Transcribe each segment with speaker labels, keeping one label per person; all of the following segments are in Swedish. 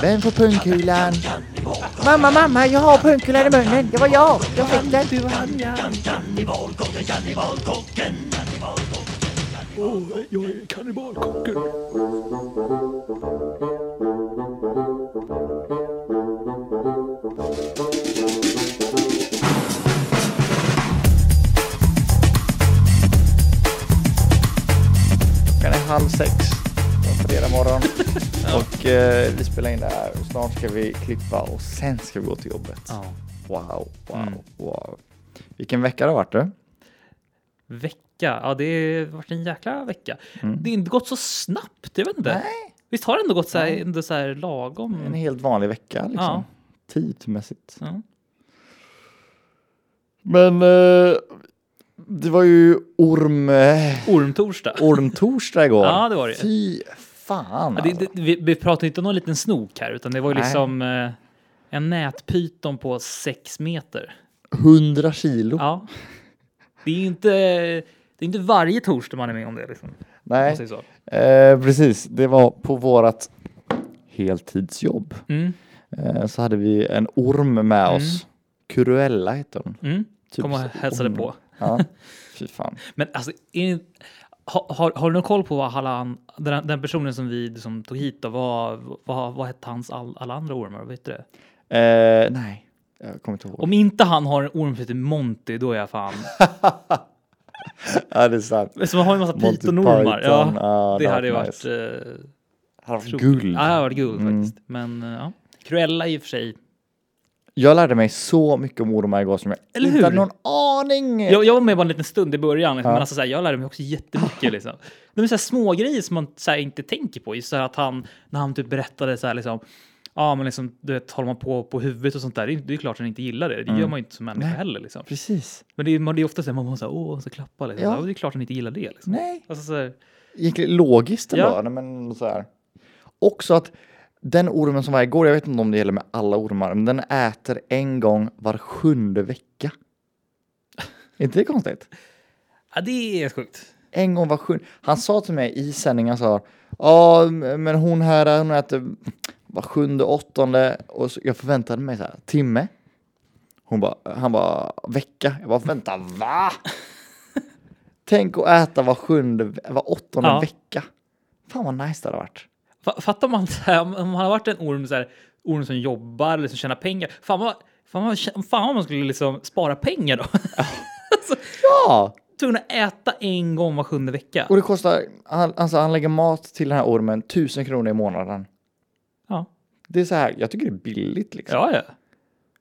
Speaker 1: Vem får pungkulan?
Speaker 2: Mamma, mamma, jag har pungkulan i munnen. Det var jag. Jag fick den.
Speaker 3: Du och han ja. Åh, jag är kannibalkocken.
Speaker 1: Klockan är halv sex på fredag morgon. Och eh, vi spelar in det här och snart ska vi klippa och sen ska vi gå till jobbet.
Speaker 3: Ja.
Speaker 1: Wow, wow,
Speaker 3: Mm.
Speaker 1: wow. Vilken vecka det har varit du.
Speaker 3: Vecka. Ja, det har varit en jäkla vecka.
Speaker 1: Mm.
Speaker 3: Det har inte gått så snabbt, jag vet inte.
Speaker 1: Nej.
Speaker 3: Visst har det ändå gått så här, ändå så här lagom?
Speaker 1: En helt vanlig vecka liksom.
Speaker 3: Ja.
Speaker 1: Tidmässigt.
Speaker 3: Ja.
Speaker 1: Men eh, det var ju orm, eh,
Speaker 3: Ormtorsdag.
Speaker 1: ormtorsdag igår.
Speaker 3: Ja, det var det ju.
Speaker 1: Fy fan. alltså.
Speaker 3: Ja, det, det, vi, vi pratar inte om någon liten snok här, utan det var ju
Speaker 1: Nej.
Speaker 3: liksom eh, en nätpyton på sex meter.
Speaker 1: alltså. 100 kilo.
Speaker 3: Ja. Det är ju inte, det är inte varje torsdag man är med om det. Liksom. om man
Speaker 1: Nej,
Speaker 3: säger så.
Speaker 1: eh, precis. Det var på vårat heltidsjobb.
Speaker 3: Mm,
Speaker 1: Eh, så hade vi en orm med oss. Curuella hette hon.
Speaker 3: mm.
Speaker 1: Typ
Speaker 3: Kom och
Speaker 1: så-
Speaker 3: hälsade
Speaker 1: orm.
Speaker 3: på.
Speaker 1: Ja, fy fan.
Speaker 3: Men alltså, är, har, har, har du någon koll på vad han, den, den personen som vi liksom tog hit, då, vad, vad, vad hette hans all, alla andra ormar? Vad heter det?
Speaker 1: Eh, nej, jag kommer inte ihåg.
Speaker 3: Om inte han har en orm som heter Monty, då är jag fan...
Speaker 1: Ja, det är sant.
Speaker 3: Som har en massa
Speaker 1: Monty
Speaker 3: pytonormar. Ja,
Speaker 1: Python, ja,
Speaker 3: det
Speaker 1: det
Speaker 3: hade
Speaker 1: hade varit
Speaker 3: varit... Ah. eh,
Speaker 1: Det hade varit
Speaker 3: Tro-
Speaker 1: guld.
Speaker 3: Ja, det hade varit guld
Speaker 1: Mm.
Speaker 3: faktiskt. Men eh, ja. Cruella i och för sig.
Speaker 1: Jag lärde mig så mycket om ormar igår som jag
Speaker 3: Eller
Speaker 1: inte
Speaker 3: hur?
Speaker 1: hade någon aning.
Speaker 3: Jag, jag var med bara en liten stund i början, liksom,
Speaker 1: Ja.
Speaker 3: men alltså, så här, jag lärde mig också jättemycket. Liksom. Det är så här, små grejer som man så här, inte tänker på. Just så här, att han, när han typ berättade så här, liksom, ja men liksom, du vet, håller man på på huvudet och sånt där, det är, det är klart att han inte gillar det. Det gör man ju inte som människa
Speaker 1: Mm. Nej.
Speaker 3: heller. Liksom.
Speaker 1: Precis.
Speaker 3: Men det är, man, det är ofta så här, man måste åh, så klappa liksom.
Speaker 1: Ja.
Speaker 3: Ja. Det är klart att han inte gillar det. Liksom.
Speaker 1: Nej,
Speaker 3: Alltså, så här,
Speaker 1: egentligen logiskt ändå.
Speaker 3: Ja.
Speaker 1: Nej, men så här. Också att den ormen som var igår, jag vet inte om det gäller med alla ormar, men den äter en gång var sjunde vecka. är inte det konstigt?
Speaker 3: ja, det är sjukt.
Speaker 1: En gång var sjunde. Han sa till mig i sändningen så här, ja, men hon här, hon äter var sjunde, åttonde och så, jag förväntade mig så här, timme. Hon bara, han bara, vecka. Jag bara, vänta, va? Tänk att äta var sjunde, var åttonde
Speaker 3: Ja.
Speaker 1: vecka. Fan vad nice det hade varit.
Speaker 3: Fa- Fattar man så här, om man har varit en orm, så här, orm som jobbar eller som tjänar pengar. Fan vad, fan vad, fan vad man skulle liksom spara pengar då.
Speaker 1: Ja!
Speaker 3: Tvungen att äta en gång var sjunde vecka.
Speaker 1: Och det kostar, han- alltså han lägger mat till den här ormen, tusen kronor i månaden.
Speaker 3: Ja,
Speaker 1: Det är så här, jag tycker det är billigt liksom.
Speaker 3: ja. ja.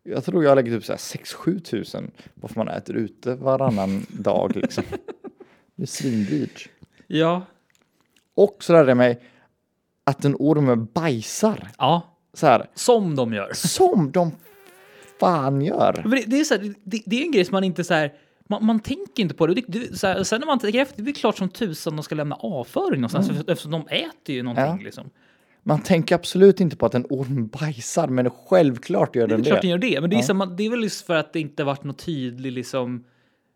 Speaker 1: Jag tror jag lägger typ så här 6-7 tusen varför man äter ute varannan dag liksom. Det är svindyrt.
Speaker 3: Ja,
Speaker 1: Och så lärde jag mig att en orm bajsar
Speaker 3: ja.
Speaker 1: så här
Speaker 3: som de gör.
Speaker 1: som de fan gör.
Speaker 3: Men Det, det, är så här, det, det är en grej som man inte så här, man, man tänker inte på det. det, det så här, sen när man tänker efter, det är klart som tusan de ska lämna avföring någonstans mm. eftersom de äter ju någonting.
Speaker 1: Ja.
Speaker 3: Liksom.
Speaker 1: Man tänker absolut inte på att en orm bajsar, men självklart gör
Speaker 3: Det är
Speaker 1: den
Speaker 3: klart den
Speaker 1: det.
Speaker 3: gör det, men det är,
Speaker 1: Ja.
Speaker 3: så här, man, det är väl just för att det inte varit något tydligt liksom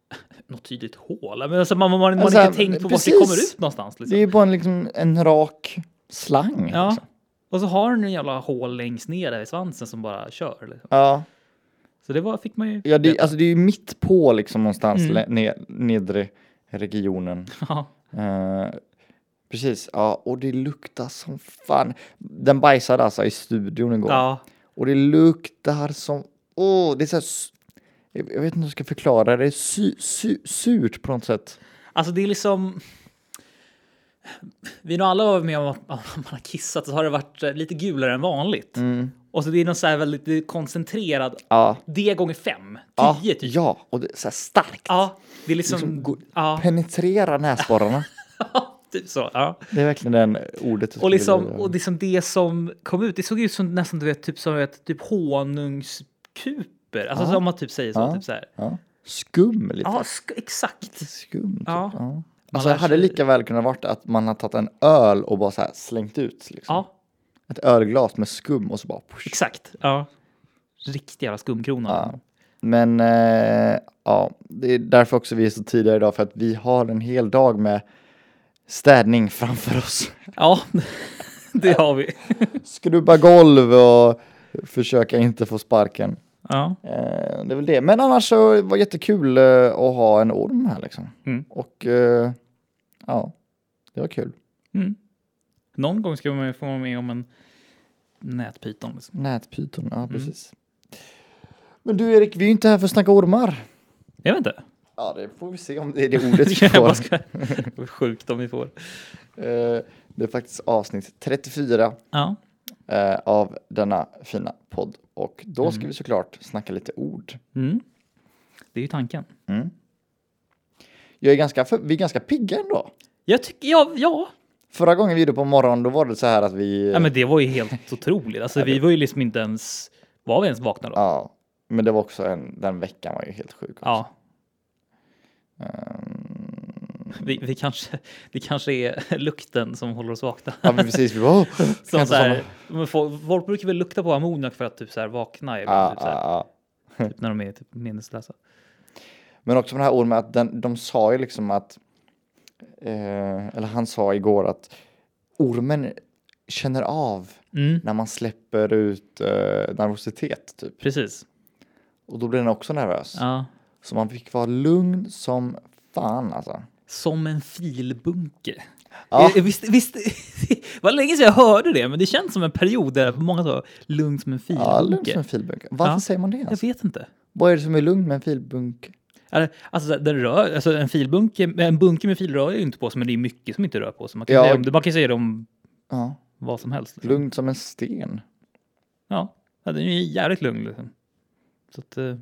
Speaker 3: något tydligt hål. Men alltså man, man, man, man har
Speaker 1: Alltså,
Speaker 3: inte tänkt på vart det
Speaker 1: precis.
Speaker 3: kommer ut någonstans. Liksom.
Speaker 1: Det är ju bara en, liksom, en rak slang.
Speaker 3: Ja.
Speaker 1: Liksom.
Speaker 3: Och så har den en jävla hål längst ner där i svansen som bara kör. Liksom.
Speaker 1: Ja.
Speaker 3: Så det var, fick man ju.
Speaker 1: Ja, det, alltså, det är ju mitt på liksom någonstans
Speaker 3: Mm.
Speaker 1: le- ne- nedre regionen.
Speaker 3: Ja.
Speaker 1: Eh, precis, ja, och det luktar som fan. Den bajsade alltså i studion igår.
Speaker 3: ja.
Speaker 1: Och det luktar som... Åh, det är så här, s- Jag jag vet inte hur jag ska förklara det. Det är su, su, surt på något sätt.
Speaker 3: Alltså det är liksom... Vi har nog alla varit med om att att man har kissat så har det varit eh, lite gulare än vanligt.
Speaker 1: Mm.
Speaker 3: Och så det är någon så här väldigt det är koncentrerad.
Speaker 1: Ja.
Speaker 3: Det gånger fem.
Speaker 1: Ja,
Speaker 3: Tio typ.
Speaker 1: ja, och det är så här starkt.
Speaker 3: Ja, det är liksom...
Speaker 1: Liksom gå-
Speaker 3: ja,
Speaker 1: Penetrera näsborrarna.
Speaker 3: typ så. Ja.
Speaker 1: Det är verkligen den ordet. jag
Speaker 3: Och,
Speaker 1: skulle
Speaker 3: liksom,
Speaker 1: vilja-
Speaker 3: och liksom det som kom ut, det såg ut som nästan du vet, typ som ett typ honungskuper. Alltså
Speaker 1: Ja.
Speaker 3: som man typ säger så.
Speaker 1: Ja.
Speaker 3: Typ så här.
Speaker 1: ja. Skum lite.
Speaker 3: Ja, sk- exakt.
Speaker 1: Skumt.
Speaker 3: Ja.
Speaker 1: Ja.
Speaker 3: Man
Speaker 1: Alltså, det
Speaker 3: lär
Speaker 1: hade
Speaker 3: sig-
Speaker 1: lika väl kunnat varit att man har tagit en öl och bara så här slängt ut. Liksom.
Speaker 3: Ja,
Speaker 1: Ett ölglas med skum och så bara... push.
Speaker 3: exakt. Ja. Riktig jävla skumkrona.
Speaker 1: Ja. Men eh, ja, det är därför också vi är så tidiga idag för att vi har en hel dag med städning framför oss.
Speaker 3: Ja, det har vi.
Speaker 1: Skrubba golv och försöka inte få sparken.
Speaker 3: Ja.
Speaker 1: Eh, det är väl det. Men annars så var det jättekul eh, att ha en orm här liksom.
Speaker 3: Mm.
Speaker 1: Och eh, ja, det var kul.
Speaker 3: Mm. Någon gång ska man ju få vara med om en nätpyton. Liksom.
Speaker 1: Nätpyton, ja precis. Men du Erik, vi är ju inte här för att snacka ormar.
Speaker 3: Jag vet inte.
Speaker 1: Ja, det får vi se om det är det ordet vi
Speaker 3: Jag bara
Speaker 1: får.
Speaker 3: ska... Vad Sjukt om vi får.
Speaker 1: Eh, Det är faktiskt avsnitt 34
Speaker 3: Ja.
Speaker 1: eh, av denna fina podd. Och då ska vi såklart snacka lite ord.
Speaker 3: Mm. Det är ju tanken.
Speaker 1: Jag är ganska, för- vi är ganska pigga ändå.
Speaker 3: Jag tycker, ja, ja.
Speaker 1: Förra gången vi gjorde på morgonen, då var det så här att vi...
Speaker 3: ja men det var ju helt otroligt. Alltså, vi var ju liksom inte ens, var vi ens vakna då?
Speaker 1: Ja, men det var också en, den veckan var ju helt sjuk. också.
Speaker 3: Ja.
Speaker 1: Ehm,
Speaker 3: Vi, vi kanske, det kanske är lukten som håller oss vakna.
Speaker 1: ja men precis, vi bara... "Åh, kan
Speaker 3: Som
Speaker 1: inte
Speaker 3: så här,
Speaker 1: somna."
Speaker 3: men folk, folk brukar väl lukta på ammoniak för att typ så här vakna ibland,
Speaker 1: Ja,
Speaker 3: typ så här,
Speaker 1: ja, ja.
Speaker 3: typ när de är typ minneslösa.
Speaker 1: Men också med det här ormen att den, de sa ju liksom att... Eh, eller han sa igår att ormen känner av
Speaker 3: Mm,
Speaker 1: när man släpper ut eh, nervositet typ.
Speaker 3: precis.
Speaker 1: Och då blir den också nervös.
Speaker 3: Ja.
Speaker 1: Så man fick vara lugn som fan alltså.
Speaker 3: Som en filbunke.
Speaker 1: Ja.
Speaker 3: Eh, Visst, visst, det var länge sedan jag hörde det, men det känns som en period där många sa lugnt som en
Speaker 1: Ja, lugn
Speaker 3: filbunke.
Speaker 1: som en filbunke. Varför
Speaker 3: Ja.
Speaker 1: säger man det?
Speaker 3: jag
Speaker 1: Ens?
Speaker 3: vet inte.
Speaker 1: Vad är det som är lugnt med en filbunke?
Speaker 3: Eller, Alltså, så här, den rör, alltså en, filbunke, en bunke med fil rör ju inte på sig, men det är mycket som inte rör på sig. Man kan,
Speaker 1: Ja.
Speaker 3: säga, om det- man kan säga det om
Speaker 1: Ja,
Speaker 3: vad som helst. Liksom.
Speaker 1: lugnt som en sten.
Speaker 3: Ja, ja, den är ju jävligt lugn. Liksom. Så att, eh,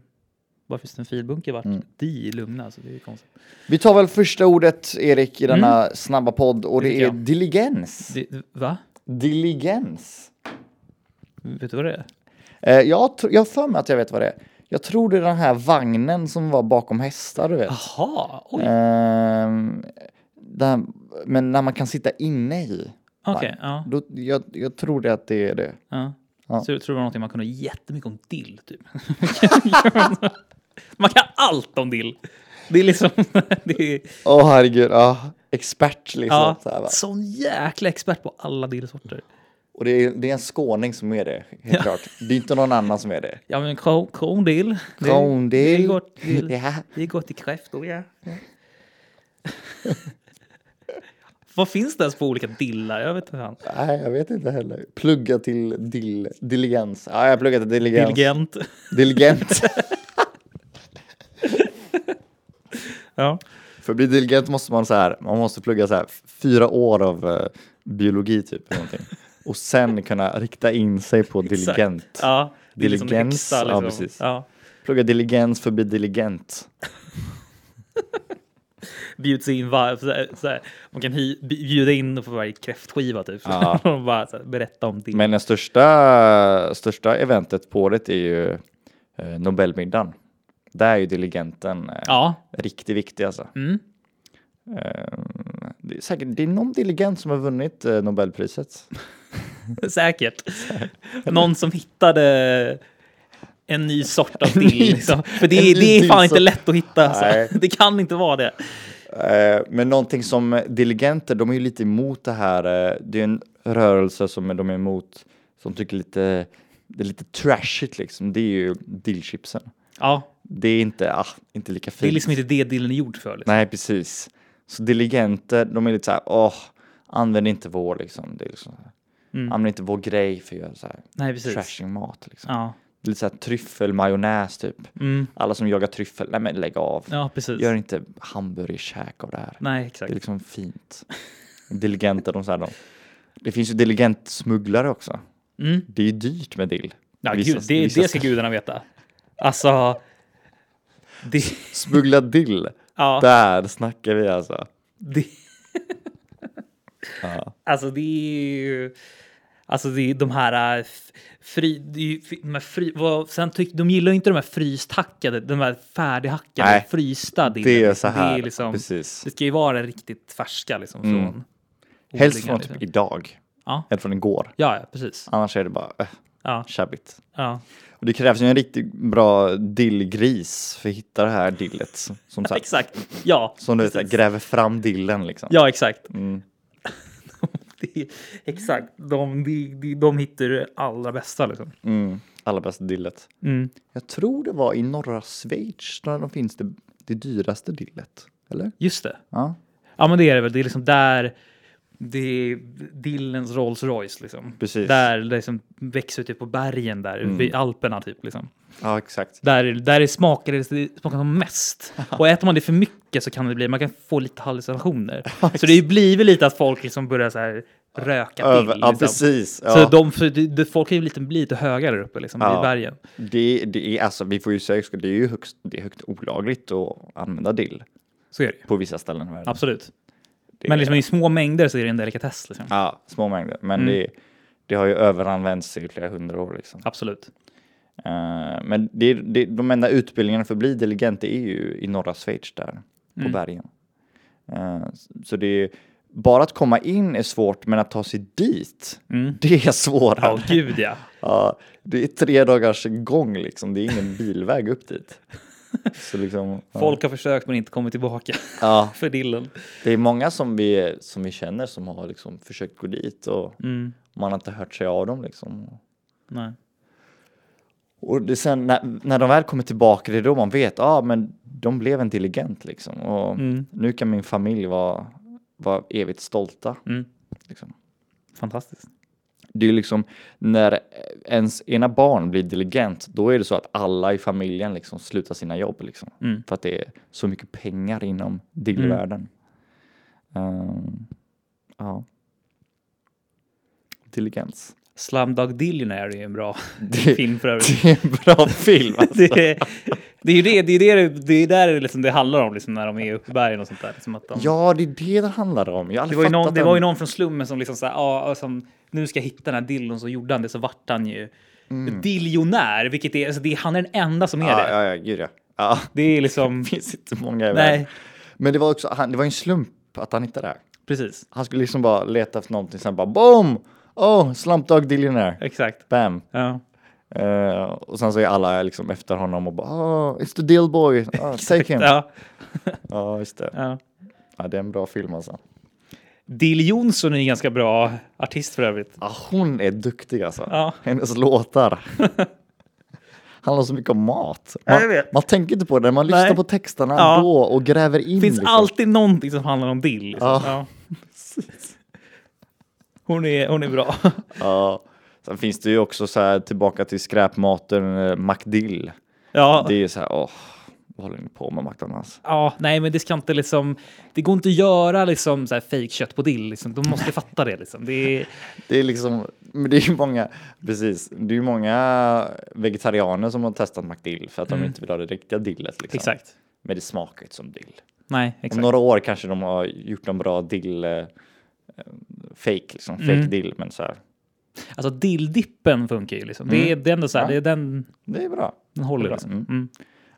Speaker 3: bara för att en filbunke vart
Speaker 1: Mm.
Speaker 3: de lugna, så det är ju konstigt.
Speaker 1: Vi tar väl första ordet, Erik, i denna snabba podd och
Speaker 3: Det
Speaker 1: det,
Speaker 3: Mm. tycker
Speaker 1: är
Speaker 3: jag.
Speaker 1: diligens.
Speaker 3: Det, va?
Speaker 1: Diligens.
Speaker 3: Vet du vad det är?
Speaker 1: Eh, jag tr- jag har för mig att jag vet vad det är. Jag tror det är den här vagnen som var bakom hästar, du vet.
Speaker 3: Ah. Jaha, oj.
Speaker 1: Ehm, där, men när man kan sitta inne i.
Speaker 3: Okej, ja.
Speaker 1: Då, jag, jag tror det att det är det.
Speaker 3: ja.
Speaker 1: Ja.
Speaker 3: Så jag tror det var någonting man kunde jättemycket om dill, typ. man kan allt om dill. Det är liksom... det är,
Speaker 1: Åh herregud, ja. Expert liksom.
Speaker 3: ja,
Speaker 1: Så här, va?
Speaker 3: sån jäkla expert på alla dillsorter.
Speaker 1: Och det är, det är en skåning som är det, helt klart. Det är inte någon annan som är det.
Speaker 3: Ja, men kron- krondill. det- Det är
Speaker 1: Krondill.
Speaker 3: gott dill.
Speaker 1: Ja.
Speaker 3: Det är gott i kräftor, ja. Vad finns det ens för olika dillar? Jag vet inte. fan.
Speaker 1: Nej, jag vet inte heller. Plugga till dil, diligens. Ja, jag pluggar till diligens.
Speaker 3: Diligent.
Speaker 1: Diligent.
Speaker 3: Ja.
Speaker 1: För att bli diligent måste man så här, man måste plugga så här fyra år av eh, biologi typ. eller Någonting. Och sen kunna rikta in sig på diligent.
Speaker 3: Ja, det är liksom det
Speaker 1: Diligens,
Speaker 3: högsta,
Speaker 1: ja,
Speaker 3: liksom.
Speaker 1: precis.
Speaker 3: Ja.
Speaker 1: Plugga diligens för att bli diligent.
Speaker 3: Bjuds in var, så här, så här. Man kan hy, bjuda in för varje kräftskiva typ.
Speaker 1: Ja.
Speaker 3: Och bara så här, berätta om dill.
Speaker 1: Men det största, största eventet på året är ju eh, Nobelmiddagen. Där är ju diligenten eh,
Speaker 3: Ja.
Speaker 1: riktigt viktig alltså.
Speaker 3: Mm.
Speaker 1: Eh, det, är säkert, det är någon diligent som har vunnit eh, Nobelpriset.
Speaker 3: Säkert. Någon som hittade en ny sort av dill. Liksom. För det,
Speaker 1: en ny
Speaker 3: är- det är fan
Speaker 1: dill
Speaker 3: inte
Speaker 1: sort.
Speaker 3: lätt att hitta.
Speaker 1: Nej.
Speaker 3: Alltså. Det kan inte vara det.
Speaker 1: Eh, men någonting som diligenter, de är ju lite emot det här. eh, det är en rörelse som de är emot, som tycker lite, det är lite trashigt liksom. Det är ju dillchipsen.
Speaker 3: Ja,
Speaker 1: Det är inte, ah, inte lika fint.
Speaker 3: det är liksom inte det dillen är gjord för. Liksom.
Speaker 1: Nej, precis. Så diligenter, de är lite så här, åh, använd inte vår liksom. Det är liksom
Speaker 3: Mm.
Speaker 1: Använd inte vår grej för att göra så här
Speaker 3: Nej, precis.
Speaker 1: trashing mat liksom.
Speaker 3: Ja.
Speaker 1: Lite så här tryffelmajonnäs typ.
Speaker 3: Mm.
Speaker 1: Alla som jagar tryffel, nej men lägg av.
Speaker 3: ja, precis.
Speaker 1: Gör inte hamburgerkäk av det här.
Speaker 3: Nej,
Speaker 1: Det är
Speaker 3: exakt.
Speaker 1: liksom fint. Diligenter, de så här, de. Det finns ju diligentsmugglare också.
Speaker 3: Mm.
Speaker 1: Det är ju dyrt med dill.
Speaker 3: Ja,
Speaker 1: Vissa-
Speaker 3: gud, det,
Speaker 1: vissa
Speaker 3: det ska gudarna veta. Alltså, det,
Speaker 1: Smuggla dill,
Speaker 3: ja,
Speaker 1: där snackar vi alltså.
Speaker 3: det,
Speaker 1: Ja.
Speaker 3: alltså det är ju... Alltså det är de här äh, f- fri... Det är ju fri- de här fri vad, sen tyck, de gillar ju inte de här frystackade, de här färdighackade,
Speaker 1: Nej,
Speaker 3: frysta dillen.
Speaker 1: Det är
Speaker 3: liksom.
Speaker 1: så här,
Speaker 3: Det, är liksom,
Speaker 1: precis.
Speaker 3: det ska ju vara riktigt färska liksom från...
Speaker 1: Mm. Helst
Speaker 3: odlingar,
Speaker 1: från
Speaker 3: liksom.
Speaker 1: typ idag,
Speaker 3: Ja.
Speaker 1: eller från igår.
Speaker 3: Ja, ja, precis.
Speaker 1: Annars är det bara äh,
Speaker 3: Ja,
Speaker 1: tjabbigt.
Speaker 3: ja.
Speaker 1: Och det krävs ju en riktigt bra dillgris för att hitta det här dillet. Som, som, så här,
Speaker 3: Exakt. Ja,
Speaker 1: som du vet, så här, gräver fram dillen liksom.
Speaker 3: ja exakt.
Speaker 1: Mm.
Speaker 3: det, exakt. De, de, de, de hittar det allra bästa liksom.
Speaker 1: Mm. Allra bäst dillet.
Speaker 3: Mm.
Speaker 1: Jag tror det var i norra Schweiz där de finns det, det dyraste dillet. Eller?
Speaker 3: Just det.
Speaker 1: Ja,
Speaker 3: Ja, men det är det väl. Det är liksom där det är Dillens Rolls Royce liksom.
Speaker 1: Precis. Mm.
Speaker 3: Där det liksom växer typ på bergen där vid Alperna typ liksom.
Speaker 1: ja exakt.
Speaker 3: Där, där det smakar det smakar som mest. Och äter man det för mycket så kan det bli, man kan få lite hallucinationer. så det blir väl lite att folk liksom börjar så här röka
Speaker 1: Över,
Speaker 3: till.
Speaker 1: ja,
Speaker 3: liksom.
Speaker 1: precis. Ja.
Speaker 3: Så de, för det, det, folk är ju lite, blir lite höga där uppe liksom,
Speaker 1: Ja.
Speaker 3: i bergen.
Speaker 1: Det, det är alltså, vi får ju säga också, det är ju högst, det är högt olagligt att använda dill
Speaker 3: Så är det ju.
Speaker 1: på vissa ställen i världen.
Speaker 3: Absolut.
Speaker 1: Det
Speaker 3: Men
Speaker 1: är-
Speaker 3: liksom, i små mängder så är det en delikatess. Liksom.
Speaker 1: Ja, små mängder. Men
Speaker 3: Mm.
Speaker 1: det, det har ju överanvänts i flera hundra år. Liksom.
Speaker 3: Absolut.
Speaker 1: Eh, men det, det, de enda utbildningarna för att bli diligent är ju i norra Schweiz där, på
Speaker 3: Mm.
Speaker 1: bergen. Eh, så det är, bara att komma in är svårt, men att ta sig dit, det är svårare.
Speaker 3: Mm. Ja, gud ja.
Speaker 1: Ja, det är tre dagars gång liksom, det är ingen bilväg upp dit. Så liksom, ja.
Speaker 3: Folk har försökt men inte kommit tillbaka
Speaker 1: Ja,
Speaker 3: för dillen.
Speaker 1: det är många som vi, som vi känner som har liksom försökt gå dit och man har inte hört sig av dem liksom.
Speaker 3: Mm, Nej.
Speaker 1: Och det sen när, när de väl kommer tillbaka, det är då man vet, ja ah, men de blev intelligent liksom. Och
Speaker 3: Mm.
Speaker 1: nu kan min familj vara, vara evigt stolta.
Speaker 3: Mm.
Speaker 1: Liksom.
Speaker 3: Fantastiskt.
Speaker 1: Det är liksom när ens ena barn blir diligent, då är det så att alla i familjen liksom slutar sina jobb liksom.
Speaker 3: Mm.
Speaker 1: För att det är så mycket pengar inom dillvärlden. Ehm, ja. Diligence.
Speaker 3: Slumdog Dillionaire är ju en bra
Speaker 1: Det-
Speaker 3: film för övrigt.
Speaker 1: Det är en bra film alltså.
Speaker 3: Det, är- det är ju det, det, är det, det, är där det, liksom det handlar om liksom, när de är uppe i bergen och sånt där. Liksom att de,
Speaker 1: Ja, det är det det handlar om. Jag har
Speaker 3: det,
Speaker 1: aldrig
Speaker 3: var ju någon,
Speaker 1: fattat
Speaker 3: det
Speaker 1: den.
Speaker 3: var ju någon från slummen som liksom så här, ja, och som, nu ska jag hitta den här dillon så gjorde han det så vart han ju diljonär, vilket är, alltså, det är, han är den enda som är
Speaker 1: Mm. Ja,
Speaker 3: det.
Speaker 1: ja, ja, gud ja. ja.
Speaker 3: Det är liksom,
Speaker 1: Det finns inte många i världen.
Speaker 3: nej,
Speaker 1: Men det var också, han, det var ju en slump att han hittade det här.
Speaker 3: precis,
Speaker 1: Han skulle liksom bara leta efter någonting, sen bara boom! Oh, slumpdog dillionaire.
Speaker 3: exakt.
Speaker 1: Bam!
Speaker 3: Ja.
Speaker 1: Eh, och sen så är alla liksom efter honom och bara oh, it's the deal boy, Ah, take him. Ja,
Speaker 3: Ja,
Speaker 1: just det.
Speaker 3: ja.
Speaker 1: Ja, det är en bra film alltså.
Speaker 3: Dill Johnson är en ganska bra artist för övrigt.
Speaker 1: Ja, hon är duktig alltså.
Speaker 3: Ja.
Speaker 1: Hennes låtar. Handlar så mycket om mat.
Speaker 3: Ja,
Speaker 1: Man,
Speaker 3: jag vet.
Speaker 1: man tänker inte på det, man lyssnar
Speaker 3: Nej.
Speaker 1: på texterna
Speaker 3: Ja.
Speaker 1: då och gräver in.
Speaker 3: Det finns
Speaker 1: liksom.
Speaker 3: alltid någonting som handlar om dill. Liksom.
Speaker 1: Ja.
Speaker 3: Ja. Hon, är, hon är bra.
Speaker 1: Ja. Sen finns det ju också så här tillbaka till skräpmaten, eh, McDill.
Speaker 3: Ja.
Speaker 1: Det är ju så här, åh, vad håller ni på med McDonalds?
Speaker 3: ja, nej, men det ska inte liksom. Det går inte att göra liksom så här fake kött på dill. Liksom. De måste fatta det liksom. Det är,
Speaker 1: Det är liksom, men det är ju många, precis, det är ju många vegetarianer som har testat McDill för att de inte vill ha det riktiga dillet. Liksom.
Speaker 3: Mm. exakt.
Speaker 1: Men det smakar ju inte som dill.
Speaker 3: Nej,
Speaker 1: Om
Speaker 3: exakt.
Speaker 1: några år kanske de har gjort en bra dill, eh, eh, fake liksom, fake
Speaker 3: Mm.
Speaker 1: dill, men så här,
Speaker 3: Alltså dilldippen funkar ju liksom. Det är det är ändå så här. Det är den,
Speaker 1: det är bra.
Speaker 3: den håller
Speaker 1: Bra.
Speaker 3: liksom.
Speaker 1: Mm.
Speaker 3: Mm.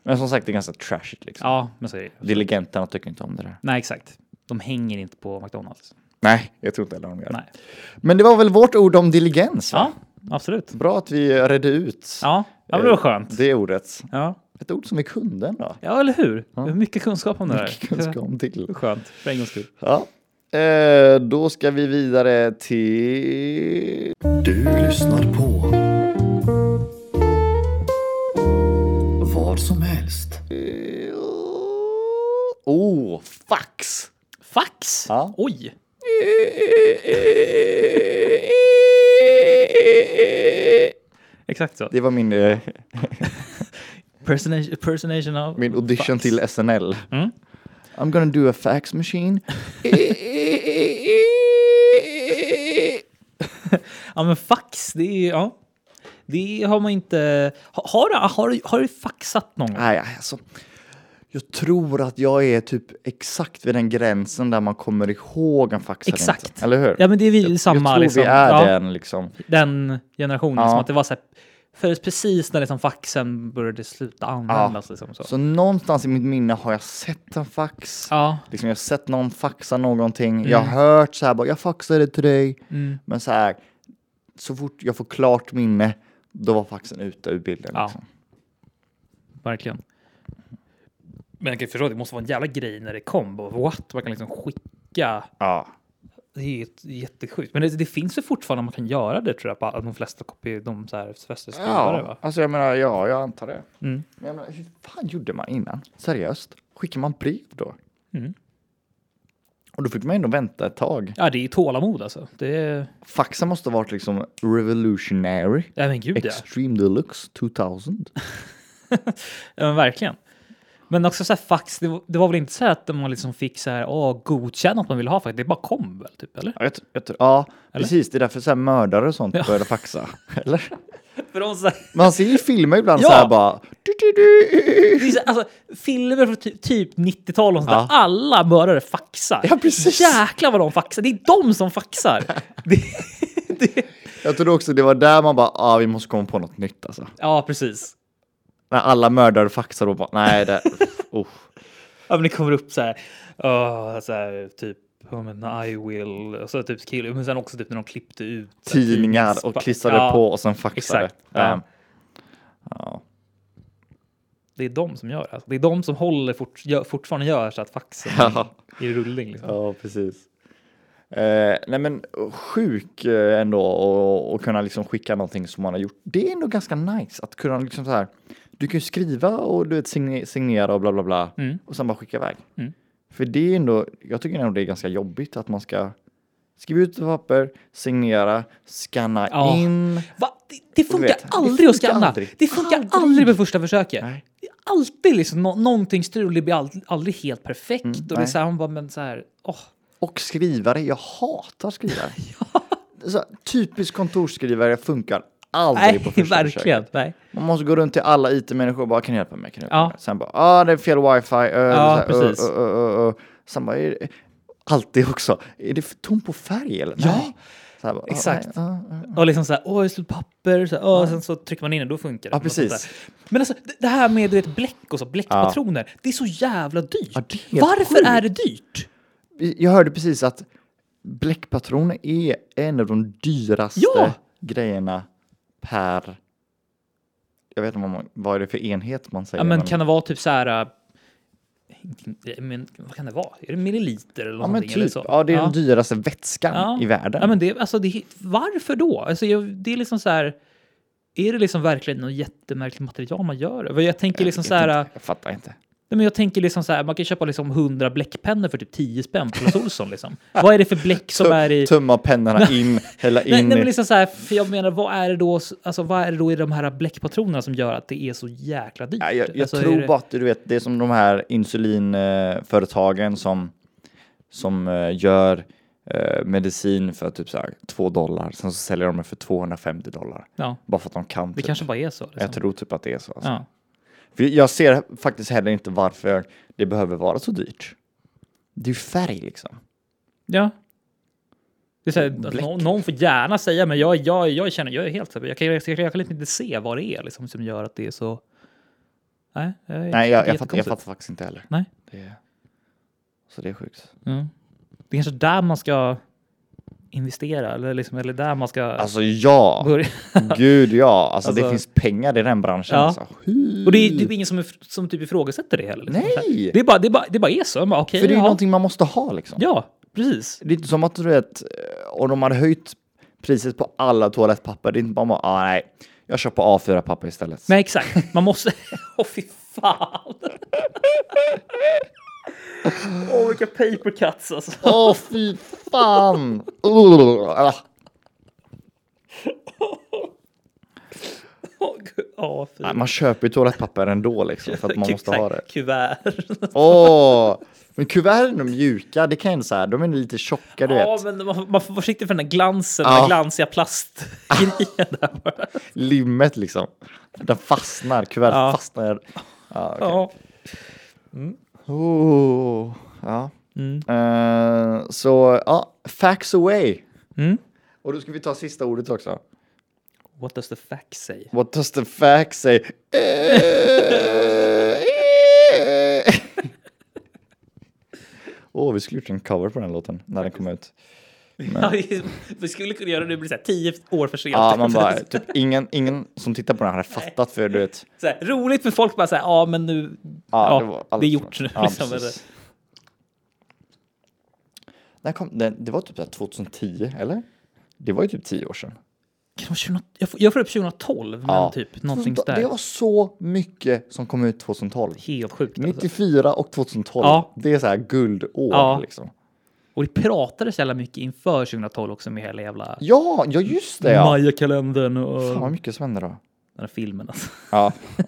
Speaker 1: Men som sagt, det är ganska trashigt liksom.
Speaker 3: Ja, men så är det.
Speaker 1: Diligenterna tycker inte om det där.
Speaker 3: Nej, exakt. De hänger inte på McDonalds.
Speaker 1: Nej, jag tror inte heller de gör det.
Speaker 3: Nej.
Speaker 1: Men det var väl vårt ord om diligens? Va?
Speaker 3: Ja, absolut.
Speaker 1: Bra att vi redde ut
Speaker 3: Ja, ja men det var skönt.
Speaker 1: det ordet.
Speaker 3: Ja.
Speaker 1: Ett ord som vi kunde ändå.
Speaker 3: Ja, eller hur? Vi har Mycket kunskap om det här.
Speaker 1: Kunskap om till.
Speaker 3: Skönt, för en gångs skull.
Speaker 1: Ja. Eh, då ska vi vidare till... Du lyssnar på... Vad som helst. Eh, Oh, fax!
Speaker 3: Fax!
Speaker 1: Ja.
Speaker 3: Oj! Exakt så.
Speaker 1: Det var min, eh,
Speaker 3: Personation, personation of...
Speaker 1: min audition
Speaker 3: fax.
Speaker 1: till SNL.
Speaker 3: Mm.
Speaker 1: I'm gonna do a fax machine.
Speaker 3: Ja, men fax, det är Ja. Det har man inte... Har, har, du- har, du- har du faxat någon gång?
Speaker 1: Nej, alltså. Jag tror att jag är typ exakt vid den gränsen där man kommer ihåg en fax eller
Speaker 3: Exakt.
Speaker 1: inte. Eller hur?
Speaker 3: Ja, men det är vi samma.
Speaker 1: jag tror
Speaker 3: liksom.
Speaker 1: vi är
Speaker 3: ja,
Speaker 1: den liksom.
Speaker 3: Den generationen.
Speaker 1: Ja.
Speaker 3: Som att det var så här, föddes precis när liksom faxen började sluta användas. Liksom, så.
Speaker 1: Så någonstans i mitt minne har jag sett en fax.
Speaker 3: Ja, Mm.
Speaker 1: Liksom jag har sett någon faxa någonting. Jag har hört så här, bara, jag faxade till dig. Men så här, så fort jag får klart minne, då var faxen ute ur bilden.
Speaker 3: Ja.
Speaker 1: Liksom.
Speaker 3: verkligen. Men jag kan ju förstå, det måste vara en jävla grej när det kom. Bara, What? Man kan liksom skicka
Speaker 1: Ja.
Speaker 3: Det är ett- jättesjukt. Men det, det finns ju fortfarande man kan göra det tror jag på alla- de flesta kopi, de så här festskrivare.
Speaker 1: Ja,
Speaker 3: va?
Speaker 1: alltså jag menar, ja, jag antar det.
Speaker 3: Mm.
Speaker 1: Men jag menar, hur fan gjorde man innan? Seriöst? Skickar man brev då?
Speaker 3: Mm.
Speaker 1: Och då fick man ändå vänta ett tag.
Speaker 3: Ja, det är tålamod alltså. Det är...
Speaker 1: Faxen måste ha varit liksom revolutionary.
Speaker 3: Ja, men gud ja.
Speaker 1: Extreme Deluxe 2000.
Speaker 3: ja men verkligen. Men också så här fax, det var, det var väl inte så här att man liksom fick så här, åh, godkänna att man ville ha fax. Det bara kom väl, typ, eller?
Speaker 1: Ja, jag, tr- jag, tr- ja
Speaker 3: Eller?
Speaker 1: precis. Det är därför så här mördare och sånt
Speaker 3: Ja.
Speaker 1: började faxa. Eller?
Speaker 3: För de så här,
Speaker 1: Man ser ju filmer ibland
Speaker 3: Ja.
Speaker 1: så här bara... Du, du, du.
Speaker 3: det är så- alltså, filmer från typ, typ 90-tal och sånt
Speaker 1: Ja.
Speaker 3: där, alla mördare faxar.
Speaker 1: Ja, precis.
Speaker 3: Jäklar vad de faxar. Det är de som faxar. det, det,
Speaker 1: Jag tror också det var där man bara, ah, vi måste komma på något nytt alltså.
Speaker 3: ja, precis.
Speaker 1: När alla mördare faxar och bara, nej det... usch.
Speaker 3: Ja, men det kommer upp så här, åh, så här typ, ja, men I will, och så typ kill, men sen också typ när de klippte ut så här
Speaker 1: tidningar
Speaker 3: tidningspa-
Speaker 1: och klistrade
Speaker 3: Ja,
Speaker 1: på och sen faxade.
Speaker 3: exakt. Ja.
Speaker 1: Um, ja.
Speaker 3: Det är de som gör det. Alltså. Det är de som håller fort, gör, fortfarande gör så att faxen
Speaker 1: Ja.
Speaker 3: är i rullning. Liksom.
Speaker 1: ja, precis. Eh, nej men sjuk eh, ändå och, och kunna liksom skicka någonting som man har gjort. Det är ändå ganska nice att kunna liksom så här. Du kan ju skriva och du vet signe- signera och bla bla bla
Speaker 3: Mm.
Speaker 1: och sen bara skicka iväg.
Speaker 3: Mm.
Speaker 1: För det är ändå, jag tycker ändå det är ganska jobbigt att man ska skriva ut ett papper, signera, skanna
Speaker 3: Ja.
Speaker 1: in.
Speaker 3: Va? Det, det
Speaker 1: Och du
Speaker 3: funkar
Speaker 1: vet, det
Speaker 3: aldrig att
Speaker 1: funkar
Speaker 3: skanna.
Speaker 1: aldrig.
Speaker 3: Det funkar aldrig, på första försöket.
Speaker 1: Nej.
Speaker 3: Det är alltid liksom nå- någonting strul. Det blir aldrig, aldrig helt perfekt. och det är
Speaker 1: Mm, nej.
Speaker 3: så här, man bara, men så här, åh.
Speaker 1: Och skrivare, jag hatar skrivare. så, typisk kontorsskrivare funkar aldrig på
Speaker 3: Nej,
Speaker 1: första
Speaker 3: verkligen.
Speaker 1: försöket.
Speaker 3: Nej.
Speaker 1: Man måste gå runt till alla IT-människor och bara kan ni hjälpa mig? Kan ni hjälpa
Speaker 3: Ja.
Speaker 1: mig? Sen bara, ah, det är fel wifi. Uh,
Speaker 3: Ja, precis.
Speaker 1: Uh, uh, uh. Sen bara, är det... alltid också, är det för tomt på färg eller?
Speaker 3: Ja,
Speaker 1: Nej. Så här bara, ah,
Speaker 3: exakt.
Speaker 1: nej, ah, ah.
Speaker 3: Och liksom så här, åh, jag slog papper. Så här, åh, Sen så trycker man in och då funkar det.
Speaker 1: Ja,
Speaker 3: Något sånt
Speaker 1: precis.
Speaker 3: där. Men alltså, det- det här med du vet, bläck och så, bläckpatroner. Det är så jävla dyrt.
Speaker 1: Ja, det är helt
Speaker 3: Varför
Speaker 1: sjukt.
Speaker 3: är det dyrt?
Speaker 1: Jag hörde precis att bläckpatroner är en av de dyraste
Speaker 3: Ja.
Speaker 1: grejerna per... Jag vet inte vad, man, vad är det för enhet man säger.
Speaker 3: Ja, men kan det vara typ så här... äh, Men, vad kan det vara? Är det milliliter eller
Speaker 1: Ja, men
Speaker 3: någonting? eller
Speaker 1: typ.
Speaker 3: så?
Speaker 1: Ja, det är
Speaker 3: ja.
Speaker 1: den dyraste vätskan
Speaker 3: Ja.
Speaker 1: i världen.
Speaker 3: Ja, men det, alltså, det, varför då? Alltså, jag, det är liksom så här... Är det liksom verkligen något jättemärkligt material man gör? För Jag tänker liksom
Speaker 1: jag,
Speaker 3: så här...
Speaker 1: vet
Speaker 3: äh,
Speaker 1: inte, jag fattar inte.
Speaker 3: Nej, men jag tänker liksom så här, man kan köpa liksom 100 bläckpennor för typ 10 spänn på Clas Ohlson. Liksom. Vad är det för bläck som
Speaker 1: Tu-
Speaker 3: är i...
Speaker 1: Tumma pennorna in, hälla in.
Speaker 3: Nej, nej,
Speaker 1: i-
Speaker 3: men liksom så här, för jag menar, vad är, det då, alltså, vad är det då i de här bläckpatronerna som gör att det är så jäkla dyrt?
Speaker 1: ja, jag jag
Speaker 3: Alltså, är
Speaker 1: tror
Speaker 3: det-
Speaker 1: bara att du vet, det är som de här insulinföretagen som, som eh, gör eh, medicin för typ så här 2 dollar, sen så säljer de den för 250 dollar.
Speaker 3: Ja,
Speaker 1: Bara för att de kan.
Speaker 3: det
Speaker 1: Typ.
Speaker 3: kanske bara är så. Liksom.
Speaker 1: Jag tror typ att det är så. Alltså.
Speaker 3: ja.
Speaker 1: För jag ser faktiskt heller inte varför det behöver vara så dyrt. Det är ju färg liksom.
Speaker 3: Ja. Det är så här, att
Speaker 1: Bläck.
Speaker 3: någon, någon får gärna säga, men jag, jag, jag känner, jag är helt jag kan, jag, kan, jag kan inte se vad det är liksom, som gör att det är så... Nej, jag,
Speaker 1: Nej, jag,
Speaker 3: det är
Speaker 1: jag, fattar, jag
Speaker 3: jättekonstigt.
Speaker 1: fattar faktiskt inte heller.
Speaker 3: Nej.
Speaker 1: Det är... Så det är sjukt.
Speaker 3: Mm. Det är kanske där man ska investera, eller, liksom, eller där man ska
Speaker 1: Alltså ja,
Speaker 3: börja.
Speaker 1: gud ja. Alltså, det
Speaker 3: Alltså-
Speaker 1: finns pengar i den branschen.
Speaker 3: Ja.
Speaker 1: Alltså. Hur?
Speaker 3: Och det är, det är ingen som, är- som typ ifrågasätter det heller. Liksom.
Speaker 1: Nej!
Speaker 3: Det, är bara, det, är bara, det bara är så. Jag Bara, okay,
Speaker 1: För det är ju
Speaker 3: jaha.
Speaker 1: någonting man måste ha liksom.
Speaker 3: Ja, precis.
Speaker 1: Det är inte som att du vet, eh, om de hade höjt priset på alla toalettpapper, det är inte bara att ah, nej, jag köper A4-papper istället.
Speaker 3: Nej, exakt. Man måste... Åh, fy fan! Åh, vilka paper cuts alltså.
Speaker 1: Åh fy fan! Ugh. Ah.
Speaker 3: Åh, gud. Åh, fy.
Speaker 1: Nej, man köper ju toalettpapper ändå liksom, för att man måste ha det.
Speaker 3: Kuvert.
Speaker 1: Åh! Men kuverten är mjuka, det kan jag ändå säga, de är lite tjocka du
Speaker 3: Ja,
Speaker 1: vet.
Speaker 3: men man, man får vara försiktig för den där glansen,
Speaker 1: Ja.
Speaker 3: den där glansiga plastgrejen där bara.
Speaker 1: Limmet liksom. Den fastnar, kuvertet
Speaker 3: Ja.
Speaker 1: fastnar. Ja, okej.
Speaker 3: Ja.
Speaker 1: Oh, ja.
Speaker 3: Mm.
Speaker 1: Eh, så, ja, facts away.
Speaker 3: Mm.
Speaker 1: Och då ska vi ta sista ordet också.
Speaker 3: What does the fact say?
Speaker 1: What does the facts say? Eh, eh. Åh, vi skulle gjort en cover på den låten när den kom ut.
Speaker 3: Ja, vi- vi skulle kunna göra det, det blir så här tio år för sent.
Speaker 1: Ja, man bara, typ ingen, ingen som tittar på den hade fattat för du vet.
Speaker 3: så här, roligt för folk bara så här, ja men nu, ja, det,
Speaker 1: alldeles
Speaker 3: är gjort Liksom,
Speaker 1: för-
Speaker 3: nu.
Speaker 1: Ja,
Speaker 3: liksom,
Speaker 1: precis.
Speaker 3: eller,
Speaker 1: När kom, det, det var typ så här 2010, eller? Det var ju typ 10 år sedan.
Speaker 3: Kan det vara 20, jag, får, jag får upp 2012,
Speaker 1: Ja.
Speaker 3: men typ någonting
Speaker 1: Så-
Speaker 3: där.
Speaker 1: Det var så mycket som kom ut 2012.
Speaker 3: Helt sjukt alltså.
Speaker 1: 94 och 2012,
Speaker 3: Ja.
Speaker 1: det är så här guldår
Speaker 3: Ja.
Speaker 1: liksom.
Speaker 3: Och det pratades så jävla mycket inför 2012 också med hela jävla
Speaker 1: Ja, ja just det ja.
Speaker 3: Maya-kalendern och
Speaker 1: Fan vad mycket som hände då.
Speaker 3: den här filmen alltså.
Speaker 1: Ja. Alltså,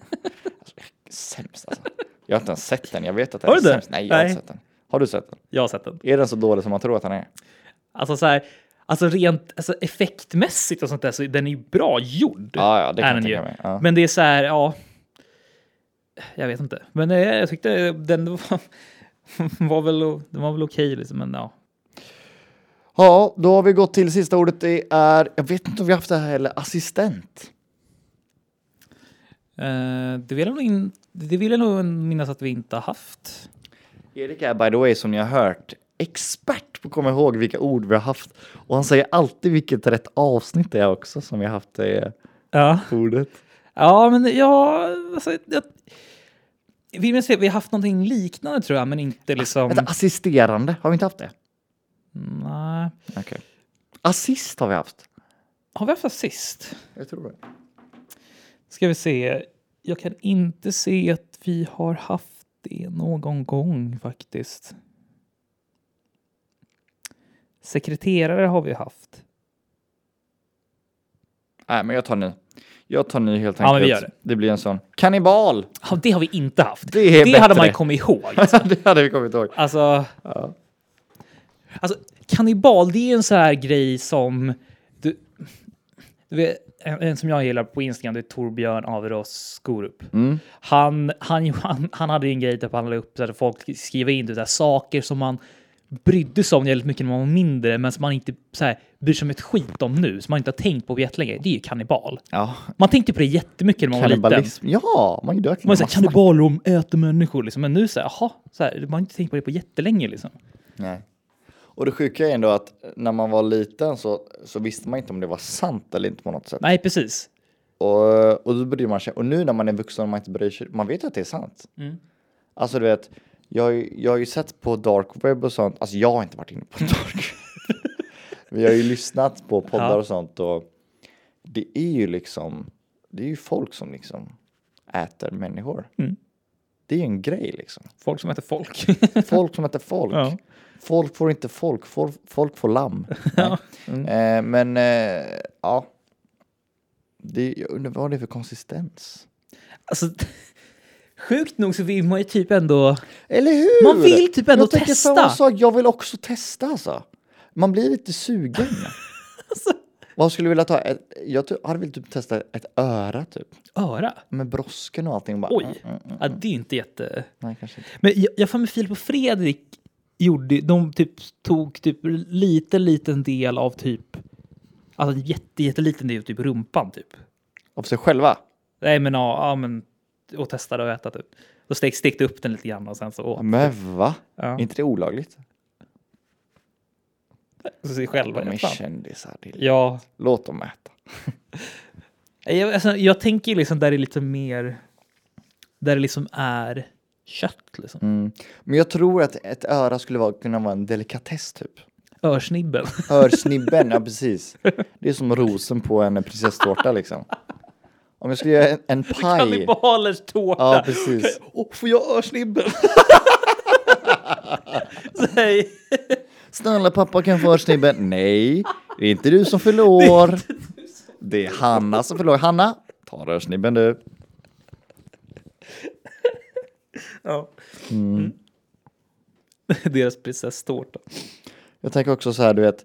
Speaker 1: jag är sämst alltså. Jag har inte ens sett den, jag vet att den
Speaker 3: Har
Speaker 1: är
Speaker 3: du inte?
Speaker 1: sämst. Nej, jag har
Speaker 3: Nej.
Speaker 1: inte sett den. Har du sett den?
Speaker 3: Jag har sett den.
Speaker 1: Är den så dålig som man tror att den är?
Speaker 3: Alltså så här, alltså rent alltså effektmässigt och sånt där så den är ju bra gjord.
Speaker 1: Ja, ja, det kan
Speaker 3: är
Speaker 1: jag
Speaker 3: den ju.
Speaker 1: tänka mig. Ja.
Speaker 3: Men det är så här, ja. Jag vet inte, men eh, jag tyckte den var, var väl, den var väl okej liksom, men ja.
Speaker 1: ja, då har vi gått till sista ordet. Det är, jag vet inte om vi har haft det här heller, assistent.
Speaker 3: Eh, Det vill jag nog, in, det vill jag nog minnas att vi inte har haft.
Speaker 1: Erik är by the way, som ni har hört, expert på att komma ihåg vilka ord vi har haft. Och han säger alltid vilket rätt avsnitt det är också som vi har haft det
Speaker 3: Ja.
Speaker 1: ordet.
Speaker 3: Mm. Ja, men ja, alltså, jag, vi, minns, vi har haft någonting liknande tror jag, men inte liksom...
Speaker 1: Alltså, Vänta, assisterande, har vi inte haft det?
Speaker 3: Nej.
Speaker 1: Okej. Assist har vi haft.
Speaker 3: Har vi haft assist?
Speaker 1: Jag tror det.
Speaker 3: Ska vi se. Jag kan inte se att vi har haft det någon gång faktiskt. Sekreterare har vi haft.
Speaker 1: Nej, men jag tar ny. Jag tar ny helt enkelt.
Speaker 3: Ja, men vi gör det.
Speaker 1: blir en sån. Kannibal!
Speaker 3: Ja, det har vi inte haft.
Speaker 1: Det är
Speaker 3: hade
Speaker 1: bättre.
Speaker 3: man ju kommit ihåg.
Speaker 1: det hade vi kommit ihåg.
Speaker 3: Alltså,
Speaker 1: Ja.
Speaker 3: Alltså, kannibal, det är en så här grej som... Du, du vet, en, en som jag gillar på Instagram, det är Torbjörn Averås Skorup.
Speaker 1: Mm.
Speaker 3: Han, han, han, han hade ju en grej där han la upp så att folk skriver in det där, saker som man brydde sig om jävligt mycket när man var mindre, men som man inte så här, bryr sig om ett skit om nu, som man inte har tänkt på på jättelänge. Det är ju kannibal.
Speaker 1: Ja,
Speaker 3: Man tänkte på det jättemycket när man var liten.
Speaker 1: kannibalism. Ja, man dök
Speaker 3: Man är så här, kannibaler de äter människor liksom, men nu så här, jaha, så här, man har inte tänkt på det på jättelänge liksom.
Speaker 1: Nej. Och det sjuka är ändå att när man var liten så, så visste man inte om det var sant eller inte på något sätt.
Speaker 3: Nej, precis.
Speaker 1: Och, och då bryr man sig. Och nu när man är vuxen och man inte bryr sig, man vet ju att det är sant.
Speaker 3: Mm.
Speaker 1: Alltså du vet, jag, har ju- jag har ju sett på dark web och sånt. Alltså jag har inte varit inne på dark Men jag har ju lyssnat på poddar
Speaker 3: Ja.
Speaker 1: och sånt och det är ju liksom, det är ju folk som liksom äter människor.
Speaker 3: Mm.
Speaker 1: Det är ju en grej liksom.
Speaker 3: Folk som äter folk.
Speaker 1: Folk som äter folk.
Speaker 3: Ja.
Speaker 1: Folk får inte folk, folk, folk får lamm. Nej.
Speaker 3: Mm.
Speaker 1: Eh, men eh, ja, det, jag undrar vad det är för konsistens.
Speaker 3: alltså, sjukt nog så vill man ju typ ändå...
Speaker 1: Eller hur?
Speaker 3: Man vill typ ändå
Speaker 1: jag tänker
Speaker 3: testa.
Speaker 1: samma sak, jag vill också testa alltså. Man blir lite sugen.
Speaker 3: Alltså.
Speaker 1: Man skulle vilja ta ett, jag ty- hade velat typ testa ett öra typ.
Speaker 3: Öra?
Speaker 1: Med brosken och allting. Bara, Mm,
Speaker 3: Oj. Ja, det är inte jätte...
Speaker 1: Nej, kanske inte.
Speaker 3: Men jag, jag får med Filip och Fredrik gjorde... De typ tog typ lite liten del av typ... Alltså en jätte, jätteliten del av typ rumpan typ.
Speaker 1: Av sig själva?
Speaker 3: Nej men ja, ja men... Och testade att äta typ. Då stek, stekte upp den lite grann och sen så åt.
Speaker 1: Men va?
Speaker 3: Ja.
Speaker 1: Är inte det olagligt?
Speaker 3: Så sig själva.
Speaker 1: De är
Speaker 3: nästan.
Speaker 1: kändisar. det är lugnt.
Speaker 3: Ja.
Speaker 1: Låt dem äta.
Speaker 3: Jag, alltså, jag tänker liksom där det är lite mer... Där det liksom är kött liksom.
Speaker 1: Mm. Men jag tror att ett öra skulle vara, kunna vara en delikatess typ.
Speaker 3: Örsnibben.
Speaker 1: Örsnibben, ja precis. Det är som rosen på en prinsesstårta liksom. Om jag skulle göra en, en paj.
Speaker 3: Kannibalers tårta.
Speaker 1: Ja, precis.
Speaker 3: Åh, får jag örsnibben? Säg.
Speaker 1: Snälla pappa kan få örsnibben. Nej, det är inte du som fyller år. Det är Hanna som fyller år. Hanna, ta örsnibben du.
Speaker 3: Ja.
Speaker 1: Mm.
Speaker 3: Mm. Deras prinsesstårta.
Speaker 1: Jag tänker också så här, du vet,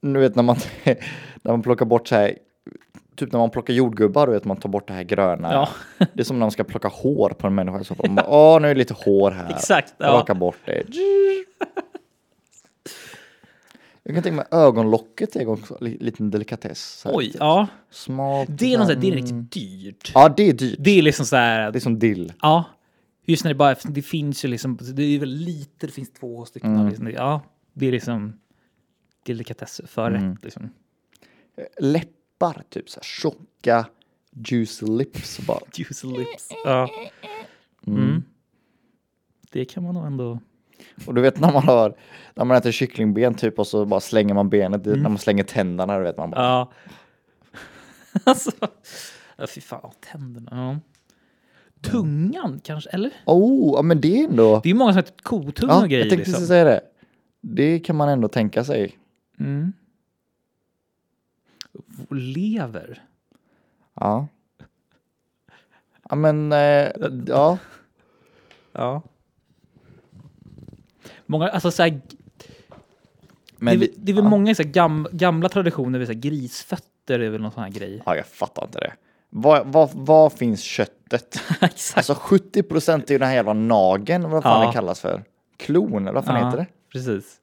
Speaker 1: du vet när man, när man plockar bort så här, typ när man plockar jordgubbar, du vet man tar bort det här gröna.
Speaker 3: Ja.
Speaker 1: Det är som när man ska plocka hår på en människa. Så får man, bara, åh nu är det lite hår här.
Speaker 3: Exakt,
Speaker 1: Jag
Speaker 3: ja.
Speaker 1: rakar bort det. Jag kan tänka mig ögonlocket är också en liten delikatess. så här
Speaker 3: Oj,
Speaker 1: lite
Speaker 3: ja.
Speaker 1: Smalt.
Speaker 3: Det är, något,
Speaker 1: så
Speaker 3: så
Speaker 1: här,
Speaker 3: här- det är
Speaker 1: mm.
Speaker 3: riktigt dyrt.
Speaker 1: Ja, det är dyrt.
Speaker 3: Det är liksom så här.
Speaker 1: Det är som dill.
Speaker 3: Ja. Just när det bara det finns ju liksom. Det är väl lite. Det finns två stycken.
Speaker 1: Mm.
Speaker 3: av Liksom, ja. Det är liksom. Delikatessförrätt
Speaker 1: Mm.
Speaker 3: liksom.
Speaker 1: Läppar, typ så här tjocka juicy lips. Bara. Mm.
Speaker 3: Juicy lips. Ja. Mm. Det Mm. kan man nog ändå.
Speaker 1: Och du vet när man har, när man äter kycklingben typ och så bara slänger man benet i,
Speaker 3: Mm.
Speaker 1: när man slänger tänderna, du vet man bara.
Speaker 3: Ja. alltså, ja, fy fan, tänderna. Ja. Tungan kanske, eller?
Speaker 1: Oh, ja men det är ändå.
Speaker 3: Det är ju många som äter kotunga
Speaker 1: Ja,
Speaker 3: och grejer.
Speaker 1: jag tänkte
Speaker 3: liksom.
Speaker 1: precis säga det. Det kan man ändå tänka sig.
Speaker 3: Mm. Lever?
Speaker 1: Ja. Ja men, eh, ja.
Speaker 3: Ja. Många, alltså så här,
Speaker 1: Men,
Speaker 3: det, är, väl- det är väl
Speaker 1: ja.
Speaker 3: många så här, gam, gamla traditioner, vid så här, grisfötter är väl någon sån här grej.
Speaker 1: Ja, jag fattar inte det. Var, var, var finns köttet?
Speaker 3: Exakt.
Speaker 1: Alltså 70 procent är ju den här jävla nageln, vad fan
Speaker 3: Ja.
Speaker 1: det kallas för. Klon, eller vad fan heter det?
Speaker 3: Precis.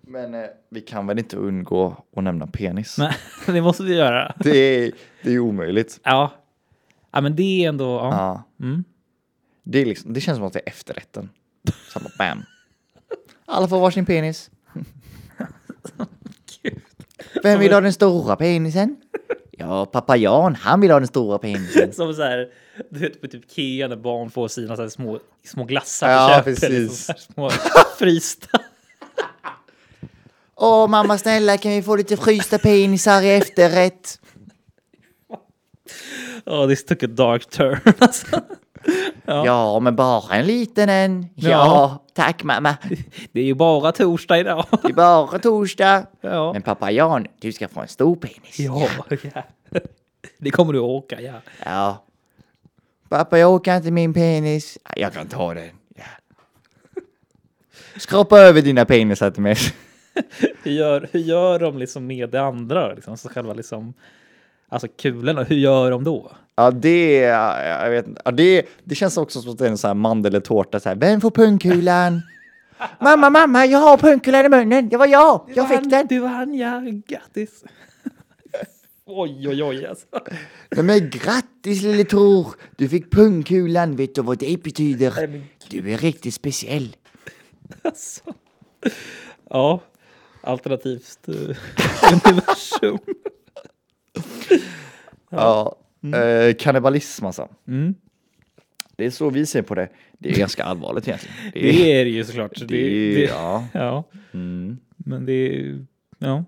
Speaker 1: Men eh, vi kan väl inte undgå att nämna penis?
Speaker 3: Nej, det måste vi göra.
Speaker 1: Det är, det är omöjligt.
Speaker 3: Ja. ja, men det är ändå... Ja.
Speaker 1: Ja.
Speaker 3: Mm.
Speaker 1: Det, är liksom, det känns som att det är efterrätten. Samma bam. Alla får varsin penis. Vem vill ha den stora penisen? Ja, pappa Jan, han vill ha den stora penisen.
Speaker 3: Som så här, du vet på typ Kea när barn får sina så här små, små glassar på
Speaker 1: Ja,
Speaker 3: köpet,
Speaker 1: precis.
Speaker 3: liksom, så här små frysta.
Speaker 1: Åh mamma snälla kan vi få lite frysta penisar i efterrätt?
Speaker 3: Oh, this took a dark turn. Alltså.
Speaker 1: Ja. men bara en liten en. Ja,
Speaker 3: Ja.
Speaker 1: tack mamma.
Speaker 3: Det är ju bara torsdag idag.
Speaker 1: Det är bara torsdag.
Speaker 3: Ja,
Speaker 1: Men pappa Jan, du ska få en stor penis.
Speaker 3: ja. ja. det kommer du att åka. Ja.
Speaker 1: Ja. Pappa jag kan inte min penis. Ja, Jag kan ta den. Ja. Skrapa över dina penisar till mig.
Speaker 3: Hur, gör, hur gör de liksom med det andra? Liksom? Så själva liksom, alltså kulorna, hur gör de då?
Speaker 1: Ja det, är- jag vet inte. Ja, det, det känns också som att det är en sån här mandeltårta. Så här, Vem får pungkulan?
Speaker 2: Mamma, mamma, jag har pungkulan i munnen. Det var jag. Jag fick den.
Speaker 3: Du vann ja, grattis. oj, oj, oj alltså.
Speaker 1: Nej, men grattis lille Tor! Du fick pungkulan, vet du vad det betyder? Du är riktigt speciell.
Speaker 3: Alltså. Ja, alternativt eh, universum.
Speaker 1: Ja, eh, kannibalism alltså. Det är så vi ser på det. Det är ganska allvarligt egentligen. Det är,
Speaker 3: Det är det ju såklart. Det,
Speaker 1: det är,
Speaker 3: det, ja.
Speaker 1: ja. Mm.
Speaker 3: men det är... Ja.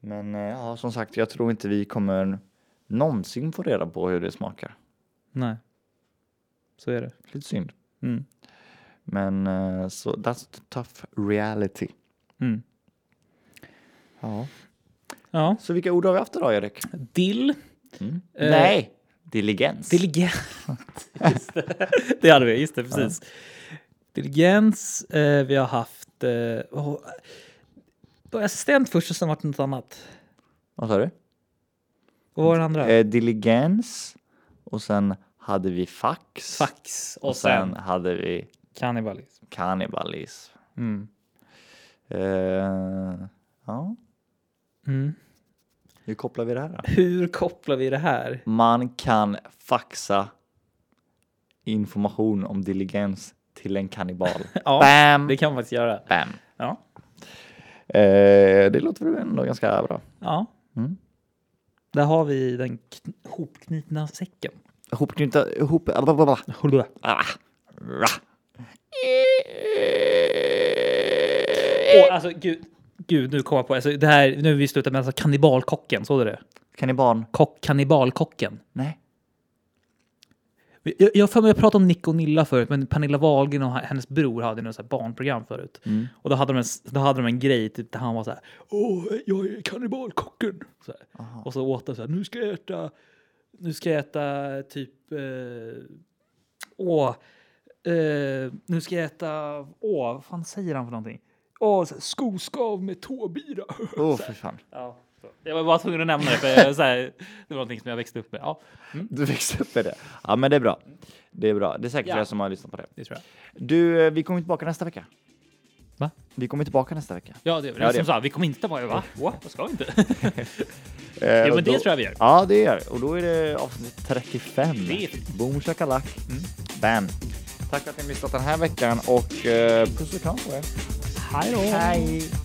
Speaker 1: Men eh, ja, som sagt, jag tror inte vi kommer någonsin få reda på hur det smakar.
Speaker 3: Nej. Så är det.
Speaker 1: Lite synd.
Speaker 3: Mm.
Speaker 1: Men eh, så, that's the tough reality.
Speaker 3: Mm.
Speaker 1: Ja.
Speaker 3: Ja.
Speaker 1: Så vilka ord har vi haft idag, Erik?
Speaker 3: Dill.
Speaker 1: Mm.
Speaker 3: Eh,
Speaker 1: Nej, diligens.
Speaker 3: Diligent. Just det. det hade vi, just det, precis. Diligens, eh, vi har haft... Eh, åh, det var assistent först och sen vart det något annat.
Speaker 1: vad sa du?
Speaker 3: Vad var det andra?
Speaker 1: eh, diligens och sen hade vi fax.
Speaker 3: Fax och,
Speaker 1: Och
Speaker 3: sen,
Speaker 1: sen hade vi
Speaker 3: kannibalism.
Speaker 1: kannibalism.
Speaker 3: Mm.
Speaker 1: Eh, ja,
Speaker 3: Mm.
Speaker 1: hur kopplar vi det här då?
Speaker 3: Hur kopplar vi det här?
Speaker 1: Man kan faxa information om diligens till en kannibal.
Speaker 3: Ja,
Speaker 1: Bam!
Speaker 3: det kan man faktiskt göra.
Speaker 1: Bam!
Speaker 3: Ja.
Speaker 1: Eh, det låter väl ändå ganska bra.
Speaker 3: ja.
Speaker 1: Mm.
Speaker 3: Där har vi den kn- hopknutna säcken.
Speaker 1: Hopknyta ihop... blablabla. Ah. Ra.
Speaker 3: Åh, alltså, gud, gud, nu kommer jag på alltså, det här. Nu är vi slutat med alltså, kannibalkocken. Såg du det?
Speaker 1: Kannibal?
Speaker 3: Kock, kannibalkocken.
Speaker 1: Nej.
Speaker 3: Jag, jag, för mig, jag pratade om Nick och Nilla förut, men Pernilla Wahlgren och hennes bror hade något så här barnprogram förut. Och då hade, de en, s- då hade de en grej typ, där han var så här. Åh, jag är kannibalkocken. Så här. Och så åt han så här. Nu ska jag äta, nu ska jag äta typ, eh, åh, eh, nu ska jag äta, åh, vad fan säger han för någonting? Åh, så här, skoskav med tåbira.
Speaker 1: Åh, oh, för fan.
Speaker 3: ja, så. Jag var bara tvungen att nämna det, för jag, så här, det var någonting som jag växte upp med. Ja,
Speaker 1: Du växte upp med det. Ja, men det är bra. Det är bra. Det är säkert
Speaker 3: Ja.
Speaker 1: flera som har lyssnat på det.
Speaker 3: det tror jag.
Speaker 1: Du, eh, vi kommer tillbaka nästa vecka.
Speaker 3: Va?
Speaker 1: Vi kommer tillbaka nästa vecka.
Speaker 3: Ja, det,
Speaker 1: Ja, det-
Speaker 3: som sa, vi kommer inte vara... Va? What? Vad ska vi inte?
Speaker 1: Eh,
Speaker 3: Jo, men
Speaker 1: då-
Speaker 3: det tror jag vi gör.
Speaker 1: Ja, det gör vi. Och då är det avsnitt 35.
Speaker 3: Det är- Mm.
Speaker 1: Boom shakalak. Bam. Tack för att ni har lyssnat den här veckan och eh, puss och kram på er.
Speaker 3: Hej då!
Speaker 1: Hej!